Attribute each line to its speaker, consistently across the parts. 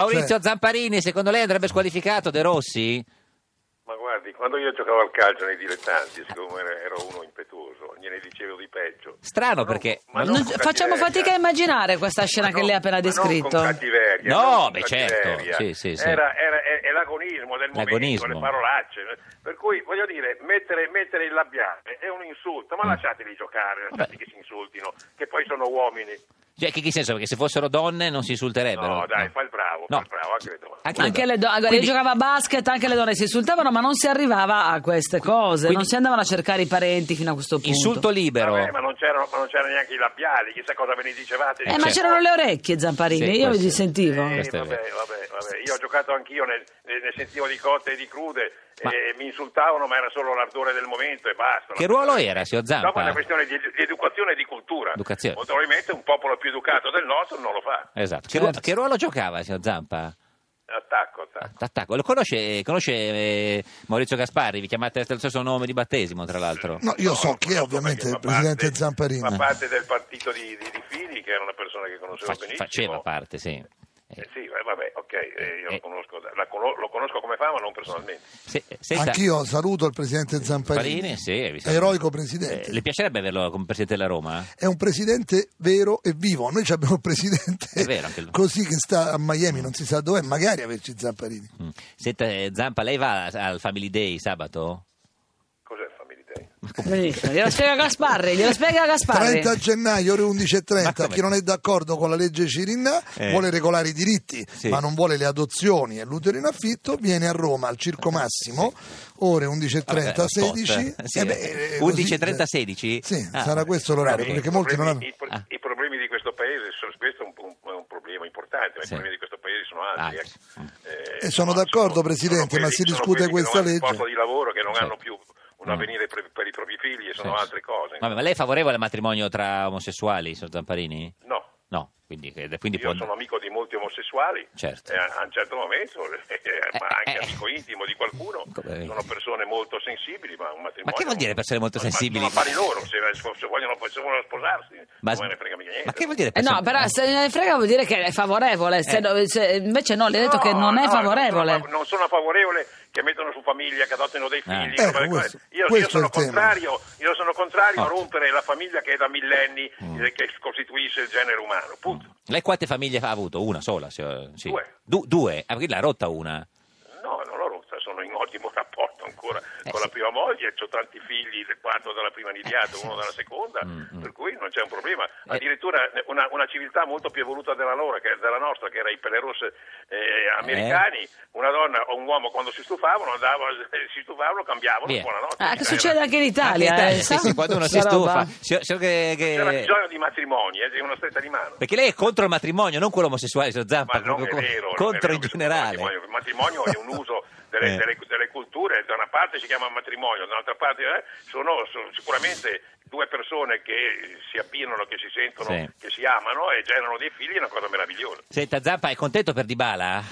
Speaker 1: Maurizio Zamparini, secondo lei andrebbe squalificato De Rossi?
Speaker 2: Ma guardi, quando io giocavo al calcio nei dilettanti, siccome era- ero uno impetuoso, gliene dicevo di peggio.
Speaker 1: Strano
Speaker 2: Ma non-
Speaker 1: perché-
Speaker 2: ma
Speaker 1: Non-
Speaker 2: non
Speaker 3: Non-
Speaker 2: con
Speaker 3: facciamo
Speaker 2: cattiveria.
Speaker 3: fatica a immaginare questa scena
Speaker 2: Ma
Speaker 3: che
Speaker 2: non-
Speaker 3: lei ha appena
Speaker 2: ma non
Speaker 3: descritto.
Speaker 2: con cattiveria,
Speaker 1: No,
Speaker 2: non con
Speaker 1: beh, certo,
Speaker 2: cattiveria.
Speaker 1: sì, sì, sì.
Speaker 2: Era, era- è, è l'agonismo del
Speaker 1: L'agonismo.
Speaker 2: momento, le parolacce. Per cui, voglio dire, mettere, mettere il labiale è un insulto,
Speaker 1: Mm.
Speaker 2: ma lasciateli giocare, lasciateli che si insultino, che poi sono uomini.
Speaker 1: Cioè, che, che senso? Perché se fossero donne non si insulterebbero.
Speaker 2: No, dai, fa il bravo, fa
Speaker 1: No.
Speaker 2: il bravo, anche le donne.
Speaker 1: Anche,
Speaker 3: Anche
Speaker 1: le
Speaker 3: le donne,
Speaker 1: Quindi-
Speaker 3: lei giocava a basket, anche le donne si insultavano, ma non si arrivava a queste cose,
Speaker 1: Quindi-
Speaker 3: non si andavano a cercare i parenti fino a questo punto.
Speaker 1: Insulto libero.
Speaker 2: Vabbè, ma non c'erano, ma non c'erano neanche i labiali, chissà cosa ve ne dicevate.
Speaker 3: Eh, ma
Speaker 1: Cioè,
Speaker 3: c'erano le orecchie, Zamparini,
Speaker 1: Sì,
Speaker 3: io
Speaker 1: questo-
Speaker 3: li sentivo.
Speaker 2: Cioè, Eh,
Speaker 1: Questo è
Speaker 2: vabbè,
Speaker 1: vero.
Speaker 2: vabbè, vabbè. Io ho giocato anch'io, ne, ne- ne sentivo di cotte e di crude,
Speaker 1: Ma-
Speaker 2: e mi insultavano, ma era solo l'ardore del momento e basta.
Speaker 1: Che ruolo era, signor Zampa?
Speaker 2: Dopo è una questione di, di educazione e di cultura.
Speaker 1: Educazione.
Speaker 2: Molto probabilmente un popolo più educato del nostro non lo fa.
Speaker 1: Esatto. Che,
Speaker 3: Certo.
Speaker 1: ruo- che ruolo giocava, signor Zampa?
Speaker 2: Attacco, attacco.
Speaker 1: Attacco. Lo conosce, conosce eh, Maurizio Gasparri? Vi chiamate lo stesso nome di battesimo, tra l'altro.
Speaker 4: No, io so chi è
Speaker 2: Conosco
Speaker 4: ovviamente il
Speaker 2: perché fa
Speaker 4: presidente
Speaker 2: parte- Fa
Speaker 4: Zamparini.
Speaker 2: parte del partito di, di, di Fini, che era una persona che conoscevo
Speaker 1: Fa-
Speaker 2: benissimo.
Speaker 1: faceva parte, sì. Eh,
Speaker 2: Eh, sì, eh, vabbè, ok, eh, io
Speaker 1: Eh.
Speaker 2: lo, conosco, da- la cono- lo conosco come fa, ma non personalmente.
Speaker 1: se- senta-
Speaker 4: Anch'io saluto il presidente
Speaker 1: Gasparini,
Speaker 4: Zamparini,
Speaker 1: sì, vi saluto.
Speaker 4: eroico
Speaker 1: Eh, le
Speaker 4: presidente.
Speaker 1: piacerebbe averlo come presidente della Roma?
Speaker 4: È un presidente vero e vivo. Noi ci abbiamo un
Speaker 1: È
Speaker 4: presidente
Speaker 1: vero anche lui.
Speaker 4: così che sta a Miami, non si sa dov'è, magari averci Zamparini.
Speaker 1: Mm. Senta, eh, Zampa, lei va al Family Day sabato?
Speaker 2: Cos'è il Family Day?
Speaker 3: Benissimo, glielo spiega Gasparri, glielo spiega Gasparri.
Speaker 4: 30 gennaio ore
Speaker 1: Ma
Speaker 4: 11.30
Speaker 1: come?
Speaker 4: chi non è d'accordo con la legge Cirinna
Speaker 1: Eh.
Speaker 4: vuole regolare i diritti
Speaker 1: Sì.
Speaker 4: ma non vuole le adozioni e l'utero in affitto viene a Roma al Circo Massimo ore 11.30
Speaker 1: Eh, Vabbè, lo
Speaker 4: 16
Speaker 1: spot. Sì,
Speaker 4: Eh beh, eh,
Speaker 1: 11.30
Speaker 4: così, eh,
Speaker 1: 16?
Speaker 4: sì,
Speaker 1: Ah,
Speaker 4: sarà
Speaker 1: vabbè.
Speaker 4: questo
Speaker 1: Ok.
Speaker 4: l'orario Ecco, perché molti non hanno
Speaker 2: I, pro-
Speaker 1: Ah.
Speaker 2: i problemi di questo paese sono, questo è un, un- un problema importante, ma
Speaker 1: Sì.
Speaker 2: i problemi di questo paese sono altri.
Speaker 1: Altri.
Speaker 2: eh.
Speaker 4: E sono d'accordo, Presidente,
Speaker 2: quelli-
Speaker 4: ma si
Speaker 2: sono
Speaker 4: discute
Speaker 2: quelli che
Speaker 4: questa
Speaker 2: non hanno il
Speaker 4: legge.
Speaker 2: posto di lavoro, che non
Speaker 1: Certo.
Speaker 2: hanno più un
Speaker 1: Mm.
Speaker 2: avvenire per, per i propri figli e sono
Speaker 1: Sì, sì.
Speaker 2: altre cose.
Speaker 1: Vabbè, ma lei è favorevole al matrimonio tra omosessuali, signor Zamparini?
Speaker 2: No.
Speaker 1: No, quindi, quindi
Speaker 2: Io
Speaker 1: può...
Speaker 2: sono amico di molti omosessuali,
Speaker 1: Certo.
Speaker 2: e a, a un certo momento, eh, ma anche
Speaker 1: eh.
Speaker 2: amico intimo di qualcuno,
Speaker 1: Come-
Speaker 2: sono persone molto sensibili, ma un matrimonio...
Speaker 1: che vuol dire persone molto
Speaker 2: Ma- ma
Speaker 1: sensibili?
Speaker 2: Sono affari loro, se, se vogliono, se vogliono sposarsi,
Speaker 1: Ma,
Speaker 2: non me ne frega mica niente.
Speaker 1: ma che vuol dire?
Speaker 3: Eh no,
Speaker 1: persone-
Speaker 3: però se ne frega vuol dire che è favorevole, se
Speaker 1: Eh.
Speaker 3: no- se- invece no, le ha detto
Speaker 2: No,
Speaker 3: che non è
Speaker 2: no,
Speaker 3: favorevole.
Speaker 2: Non sono, non sono favorevole che mettono su famiglia, che adottino dei figli.
Speaker 4: Eh,
Speaker 2: roba del
Speaker 4: questo-
Speaker 2: genere. io,
Speaker 4: questo
Speaker 2: io
Speaker 4: è il
Speaker 2: sono
Speaker 4: tema.
Speaker 2: contrario, io sono contrario a
Speaker 1: Ottimo.
Speaker 2: rompere la famiglia che è da millenni eh, che costituisce il genere umano. Punto.
Speaker 1: Lei quante famiglie ha avuto? Una sola? signor- sì.
Speaker 2: Due.
Speaker 1: Du- due? Ah, perché l'ha rotta una?
Speaker 2: No, non l'ho rotta, sono in ottimo rapporto ancora
Speaker 1: Eh,
Speaker 2: con
Speaker 1: sì.
Speaker 2: la prima moglie, ho tanti figli, le quattro dalla prima nidiata, uno dalla seconda, per cui non c'è un problema. Addirittura una, una civiltà molto più evoluta della, loro, che- della nostra, che era i pelle rosse eh, americani, una donna o un uomo quando si stufavano, andava, si stufavano, cambiavano,
Speaker 1: Via.
Speaker 2: buonanotte. Eh,
Speaker 3: Ah, che
Speaker 2: Era-
Speaker 3: succede anche in
Speaker 1: Anche in
Speaker 3: Italia, eh,
Speaker 1: Ah, Italia, sì,
Speaker 3: sa?
Speaker 1: sì, quando uno si
Speaker 3: Sta
Speaker 1: stufa.
Speaker 3: roba.
Speaker 1: Signor- signor che- che-
Speaker 2: C'era bisogno di matrimoni, eh, di una stretta di mano.
Speaker 1: Perché lei è contro il matrimonio, non quello omosessuale, signor
Speaker 2: Ma
Speaker 1: Zampa,
Speaker 2: non
Speaker 1: proprio
Speaker 2: è
Speaker 1: co-
Speaker 2: vero, non è
Speaker 1: contro
Speaker 2: vero
Speaker 1: in
Speaker 2: che sia
Speaker 1: generale.
Speaker 2: un matrimonio. Il matrimonio è un uso delle,
Speaker 1: Eh.
Speaker 2: delle- delle culture, da una parte si chiama matrimonio, dall'altra parte eh, sono, sono sicuramente due persone che si abbinano, che si sentono,
Speaker 1: Sì.
Speaker 2: che si amano e generano dei figli, è una cosa meravigliosa.
Speaker 1: Senta, Zampa, è contento per Dybala?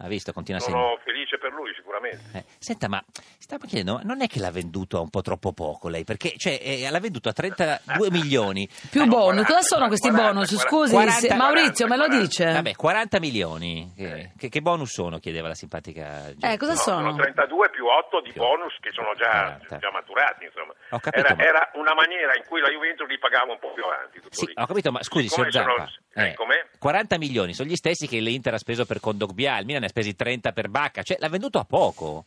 Speaker 1: Ha visto, continua a segnare.
Speaker 2: Sono felice per lui sicuramente.
Speaker 1: Eh, Senta, ma stavo chiedendo, ma non è che l'ha venduto a un po' troppo poco lei? Perché cioè, eh, l'ha venduto a 32 milioni,
Speaker 3: Più
Speaker 2: Ah, no,
Speaker 3: bonus,
Speaker 2: 40,
Speaker 3: cosa sono questi
Speaker 2: 40,
Speaker 3: bonus?
Speaker 2: 40,
Speaker 3: Scusi,
Speaker 1: 40,
Speaker 3: se- Maurizio, me lo
Speaker 2: 40.
Speaker 3: dice?
Speaker 1: vabbè, 40 milioni. Che, che- che bonus sono? Chiedeva la simpatica. gente.
Speaker 3: Eh, cosa
Speaker 2: Eh. No,
Speaker 3: sono?
Speaker 2: 32 più 8 di bonus che sono già,
Speaker 1: 40.
Speaker 2: già maturati, insomma.
Speaker 1: Ah, Ho capito,
Speaker 2: era,
Speaker 1: ma-
Speaker 2: era una maniera in cui la Juventus li pagava un po' più avanti. tutto
Speaker 1: Sì,
Speaker 2: lì.
Speaker 1: ho capito, ma scusi,
Speaker 2: Siccome
Speaker 1: signor Zampa,
Speaker 2: sono-
Speaker 1: eh,
Speaker 2: eh, com'è?
Speaker 1: 40 milioni sono gli stessi che l'Inter ha speso per Condogbia, il Milan ne ha spesi 30 per Bacca, cioè l'ha venduto a poco.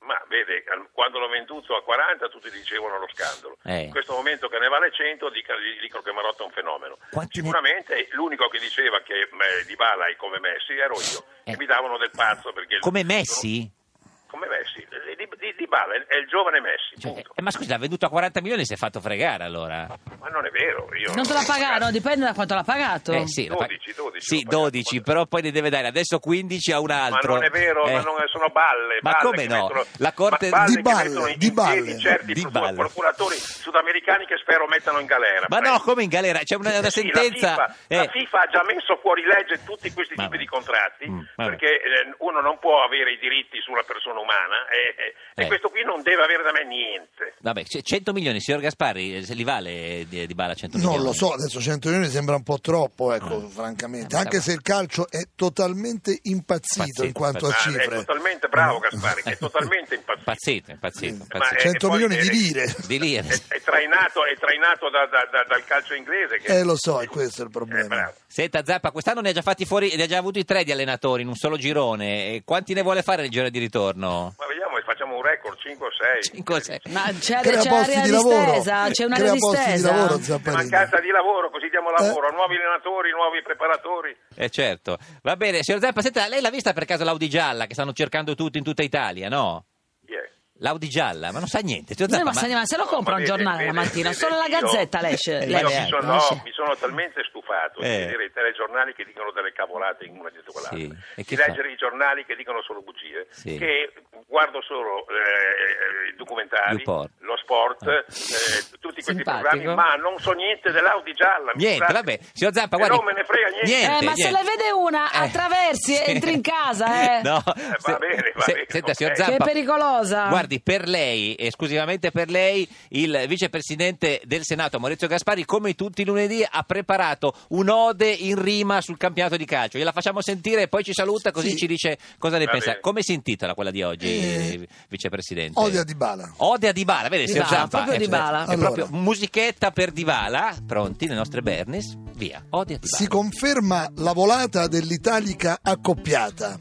Speaker 2: Ma vede, al- quando l'ho venduto a 40 tutti dicevano lo scandalo.
Speaker 1: Eh.
Speaker 2: In questo momento che ne vale 100 dica- gli dicono che Marotta è un fenomeno.
Speaker 1: Quanti ne-
Speaker 2: Sicuramente l'unico che diceva che eh, Di Bala è come Messi ero io.
Speaker 1: Eh.
Speaker 2: E mi davano del pazzo perché...
Speaker 1: Come Messi?
Speaker 2: Come Messi. Di, di- di Bala è, è il giovane Messi,
Speaker 1: Cioè,
Speaker 2: punto.
Speaker 1: eh, ma scusi, l'ha venduto a 40 milioni e si è fatto fregare allora.
Speaker 2: Ma non è vero. Io
Speaker 3: Non te la pagano, dipende da quanto l'ha pagato.
Speaker 1: Eh, sì, la fa-
Speaker 2: 12, 12,
Speaker 1: Sì,
Speaker 2: l'ho pagato.
Speaker 1: 12, però poi ne deve dare adesso 15 a un
Speaker 2: Ma
Speaker 1: altro.
Speaker 2: non è vero,
Speaker 1: Eh.
Speaker 2: ma non- sono balle.
Speaker 1: Ma
Speaker 2: balle
Speaker 1: come
Speaker 2: che
Speaker 1: no?
Speaker 2: mettono-
Speaker 1: La Corte-
Speaker 2: ma balle
Speaker 4: Di
Speaker 2: che
Speaker 4: balle,
Speaker 2: mettono
Speaker 4: di
Speaker 2: in piedi
Speaker 4: balle.
Speaker 2: certi
Speaker 1: Di
Speaker 2: procura-
Speaker 1: balle.
Speaker 2: procuratori sudamericani che spero mettano in galera.
Speaker 1: Ma no,
Speaker 2: prego.
Speaker 1: come in galera? C'è una, una
Speaker 2: Eh Sì,
Speaker 1: sentenza.
Speaker 2: La FIFA,
Speaker 1: eh.
Speaker 2: la FIFA ha già messo fuori legge tutti questi
Speaker 1: Vabbè.
Speaker 2: tipi di contratti
Speaker 1: Mm, vabbè.
Speaker 2: perché eh, uno non può avere i diritti sulla persona umana e, e- e
Speaker 1: Eh.
Speaker 2: questo qui non deve avere da me niente.
Speaker 1: Vabbè, c- 100 milioni, signor Gasparri, eh, se li vale eh, di, di Bala 100
Speaker 4: Non
Speaker 1: milioni?
Speaker 4: lo so, adesso 100 milioni sembra un po' troppo, ecco, francamente,
Speaker 1: Eh,
Speaker 4: anche
Speaker 1: ma-
Speaker 4: se il calcio è totalmente impazzito
Speaker 1: Impazzito,
Speaker 4: in quanto a
Speaker 2: Ah, è
Speaker 4: cifre.
Speaker 2: totalmente bravo Gaspari,
Speaker 1: Mm.
Speaker 2: è totalmente impazzito.
Speaker 1: Pazzito, impazzito,
Speaker 4: Sì.
Speaker 1: pazzito.
Speaker 2: Ma- eh,
Speaker 4: 100
Speaker 2: e poi-
Speaker 4: milioni di
Speaker 2: eh,
Speaker 4: lire.
Speaker 1: Di eh. lire.
Speaker 2: È, è trainato, è trainato da- da- da- dal calcio inglese. Che
Speaker 4: Eh lo so, è questo il
Speaker 2: Eh,
Speaker 4: problema.
Speaker 2: bravo.
Speaker 1: Senta Zappa, quest'anno ne ha già fatti fuori, ne ha già avuti tre di allenatori in un solo girone. E quanti ne vuole fare nel giro di ritorno?
Speaker 2: Ma vediamo, facciamo un record, 5 o 6.
Speaker 1: 5 o 6.
Speaker 3: Ma c'è,
Speaker 4: Crea
Speaker 3: c'è
Speaker 4: posti
Speaker 3: area
Speaker 4: di
Speaker 3: di
Speaker 4: lavoro. Eh,
Speaker 3: stesa, c'è un'area
Speaker 4: Crea
Speaker 3: di
Speaker 4: posti di
Speaker 3: stesa.
Speaker 4: lavoro, Zapparini.
Speaker 2: Mancanza di lavoro, così diamo
Speaker 4: Eh.
Speaker 2: lavoro a nuovi allenatori, nuovi preparatori.
Speaker 1: Eh certo. Va bene, signor Zappa, senta, lei l'ha vista per caso l'Audi gialla che stanno cercando tutti in tutta Italia, no?
Speaker 2: Chi è?
Speaker 1: L'Audi gialla, ma non sa niente. Signor
Speaker 3: Noi
Speaker 1: Zappa,
Speaker 3: ma
Speaker 1: ma-
Speaker 3: se ne- ma se lo
Speaker 2: No,
Speaker 3: compra
Speaker 2: ma
Speaker 3: un
Speaker 2: vede,
Speaker 3: giornale la
Speaker 2: vede,
Speaker 3: mattina,
Speaker 2: vede,
Speaker 3: solo la
Speaker 2: io-
Speaker 3: gazzetta lesce.
Speaker 1: Eh,
Speaker 3: lei-
Speaker 2: Io
Speaker 1: beh,
Speaker 2: mi sono,
Speaker 3: non c'è.
Speaker 2: no, mi sono talmente stufato
Speaker 1: Eh.
Speaker 2: di vedere i telegiornali che dicono delle cavolate in una dietro quell'altra,
Speaker 1: Sì, e che
Speaker 2: di
Speaker 1: fa?
Speaker 2: leggere i giornali che dicono solo bugie,
Speaker 1: Sì.
Speaker 2: che guardo solo eh, i documentari,
Speaker 1: Duport.
Speaker 2: lo sport,
Speaker 1: Ah.
Speaker 2: eh, tutti questi
Speaker 3: Simpatico.
Speaker 2: programmi, ma non so niente dell'Audi gialla. mi
Speaker 1: Niente,
Speaker 2: scusate.
Speaker 1: vabbè, signor Zappa,
Speaker 2: E
Speaker 1: guardi.
Speaker 2: non me ne frega niente.
Speaker 3: Eh, ma se
Speaker 1: niente. Eh.
Speaker 3: la vede una, attraversi e
Speaker 1: sì.
Speaker 3: entri in casa, eh.
Speaker 1: No,
Speaker 2: va bene, va bene,
Speaker 1: senta,
Speaker 2: ok.
Speaker 1: signor
Speaker 2: Che
Speaker 1: Zappa.
Speaker 3: è
Speaker 4: Ah.
Speaker 3: pericolosa.
Speaker 1: Guardi, per lei, esclusivamente per lei, il vicepresidente del Senato Maurizio Gasparri, come tutti i lunedì, ha preparato un'ode in rima sul campionato di calcio. Gliela facciamo sentire e poi ci saluta così
Speaker 4: Sì.
Speaker 1: ci dice cosa ne
Speaker 2: Va
Speaker 1: pensa.
Speaker 2: bene.
Speaker 1: Come si intitola quella di oggi,
Speaker 4: Eh,
Speaker 1: vicepresidente?
Speaker 4: Odia di bala.
Speaker 1: Odia di Bala, vedi, signor
Speaker 3: Dybala,
Speaker 1: Zampa.
Speaker 3: proprio
Speaker 1: eh,
Speaker 3: Dybala.
Speaker 1: È
Speaker 4: Allora.
Speaker 1: proprio musichetta per di Bala, pronti, le nostre Bernis, via. Odia di Bala.
Speaker 4: Si conferma la volata dell'Italica accoppiata.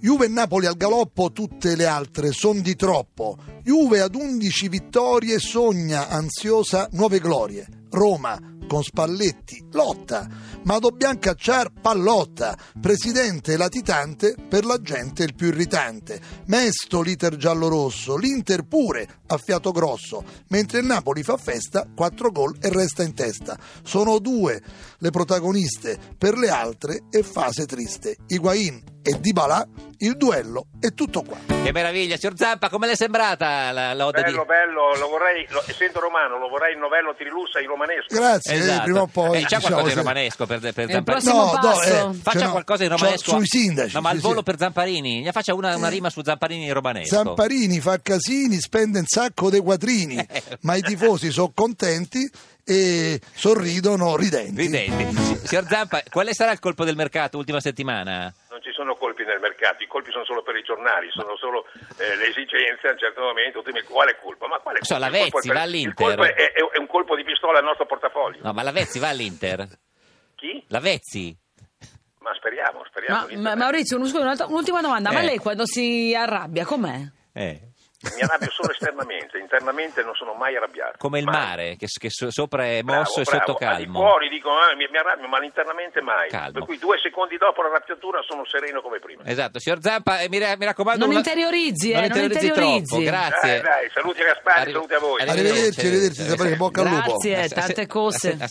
Speaker 4: Juve e Napoli al galoppo, tutte le altre son di troppo. Juve ad 11 vittorie sogna ansiosa nuove glorie. Roma con Spalletti lotta, ma dobbiamo cacciar pallotta. Presidente latitante, per la gente il più irritante. Mesto l'iter giallo-rosso, l'Inter pure a fiato grosso, mentre il Napoli fa festa, 4 gol e resta in testa. Sono due le protagoniste, per le altre è fase triste. Higuain e Dybala, il duello è tutto qua.
Speaker 1: Che meraviglia, signor Zampa, come le è sembrata la, la oda
Speaker 2: Bello,
Speaker 1: di...
Speaker 2: bello, eh, lo vorrei, lo- essendo romano, lo vorrei il novello Trilussa in romanesco.
Speaker 4: Grazie, eh, prima o poi...
Speaker 1: Eh, c'è qualcosa
Speaker 4: diciamo,
Speaker 1: di
Speaker 4: se-
Speaker 1: romanesco per, per
Speaker 3: il
Speaker 1: Zampa-
Speaker 3: prossimo passo.
Speaker 1: Eh, Faccia
Speaker 4: cioè, no,
Speaker 1: qualcosa in
Speaker 4: cioè,
Speaker 1: romanesco.
Speaker 4: Sui sindaci.
Speaker 1: No, ma al
Speaker 4: sui
Speaker 1: volo
Speaker 4: sindaci.
Speaker 1: per Zamparini. Ne faccia una, una rima su Zamparini in romanesco.
Speaker 4: Zamparini fa casini, spende un sacco dei quattrini, ma i tifosi sono contenti e sorridono ridenti.
Speaker 1: Ridenti. Si- Signor Zampa, quale sarà il colpo del mercato ultima settimana?
Speaker 2: Non ci sono colpi nel mercato, i colpi sono solo per i giornali, sono solo eh, le esigenze a un certo momento. Tu dici, quale colpa? Ma quale
Speaker 1: So,
Speaker 2: colpa?
Speaker 1: la
Speaker 2: Il colpo
Speaker 1: Vezzi
Speaker 2: è per-
Speaker 1: va all'Inter.
Speaker 2: Il colpo è, è- è un colpo di pistola al nostro portafoglio.
Speaker 1: No, ma la Vezzi va all'Inter.
Speaker 2: Chi?
Speaker 1: La Vezzi?
Speaker 2: Ma speriamo, speriamo.
Speaker 3: Ma,
Speaker 2: l'Inter-
Speaker 3: ma- Maurizio, un- scusa, un'altra- un'ultima domanda. Ma
Speaker 1: Eh.
Speaker 3: lei quando si arrabbia, com'è?
Speaker 1: Eh,
Speaker 2: Mi arrabbio solo esternamente, internamente non sono mai arrabbiato.
Speaker 1: Come il
Speaker 2: Mai.
Speaker 1: mare, che, che so- sopra è
Speaker 2: Bravo,
Speaker 1: mosso e
Speaker 2: bravo.
Speaker 1: sotto
Speaker 2: Al di
Speaker 1: calmo.
Speaker 2: fuori dico, ah, mi, mi arrabbio, ma internamente mai.
Speaker 1: Calmo.
Speaker 2: Per cui due secondi dopo la arrabbiatura sono sereno come prima.
Speaker 1: Esatto, signor Zampa, eh, mi, ra- mi raccomando...
Speaker 3: Non
Speaker 1: una-
Speaker 3: interiorizzi, eh,
Speaker 1: non
Speaker 3: non
Speaker 1: interiorizzi,
Speaker 3: interiorizzi.
Speaker 1: troppo, grazie.
Speaker 2: Dai, dai, saluti a Gaspari,
Speaker 1: Arri-
Speaker 2: saluti a voi.
Speaker 4: Arrivederci, arrivederci, Sabrina, bocca al lupo.
Speaker 3: Grazie,
Speaker 1: Ass- ass-
Speaker 3: tante cose.
Speaker 1: ass-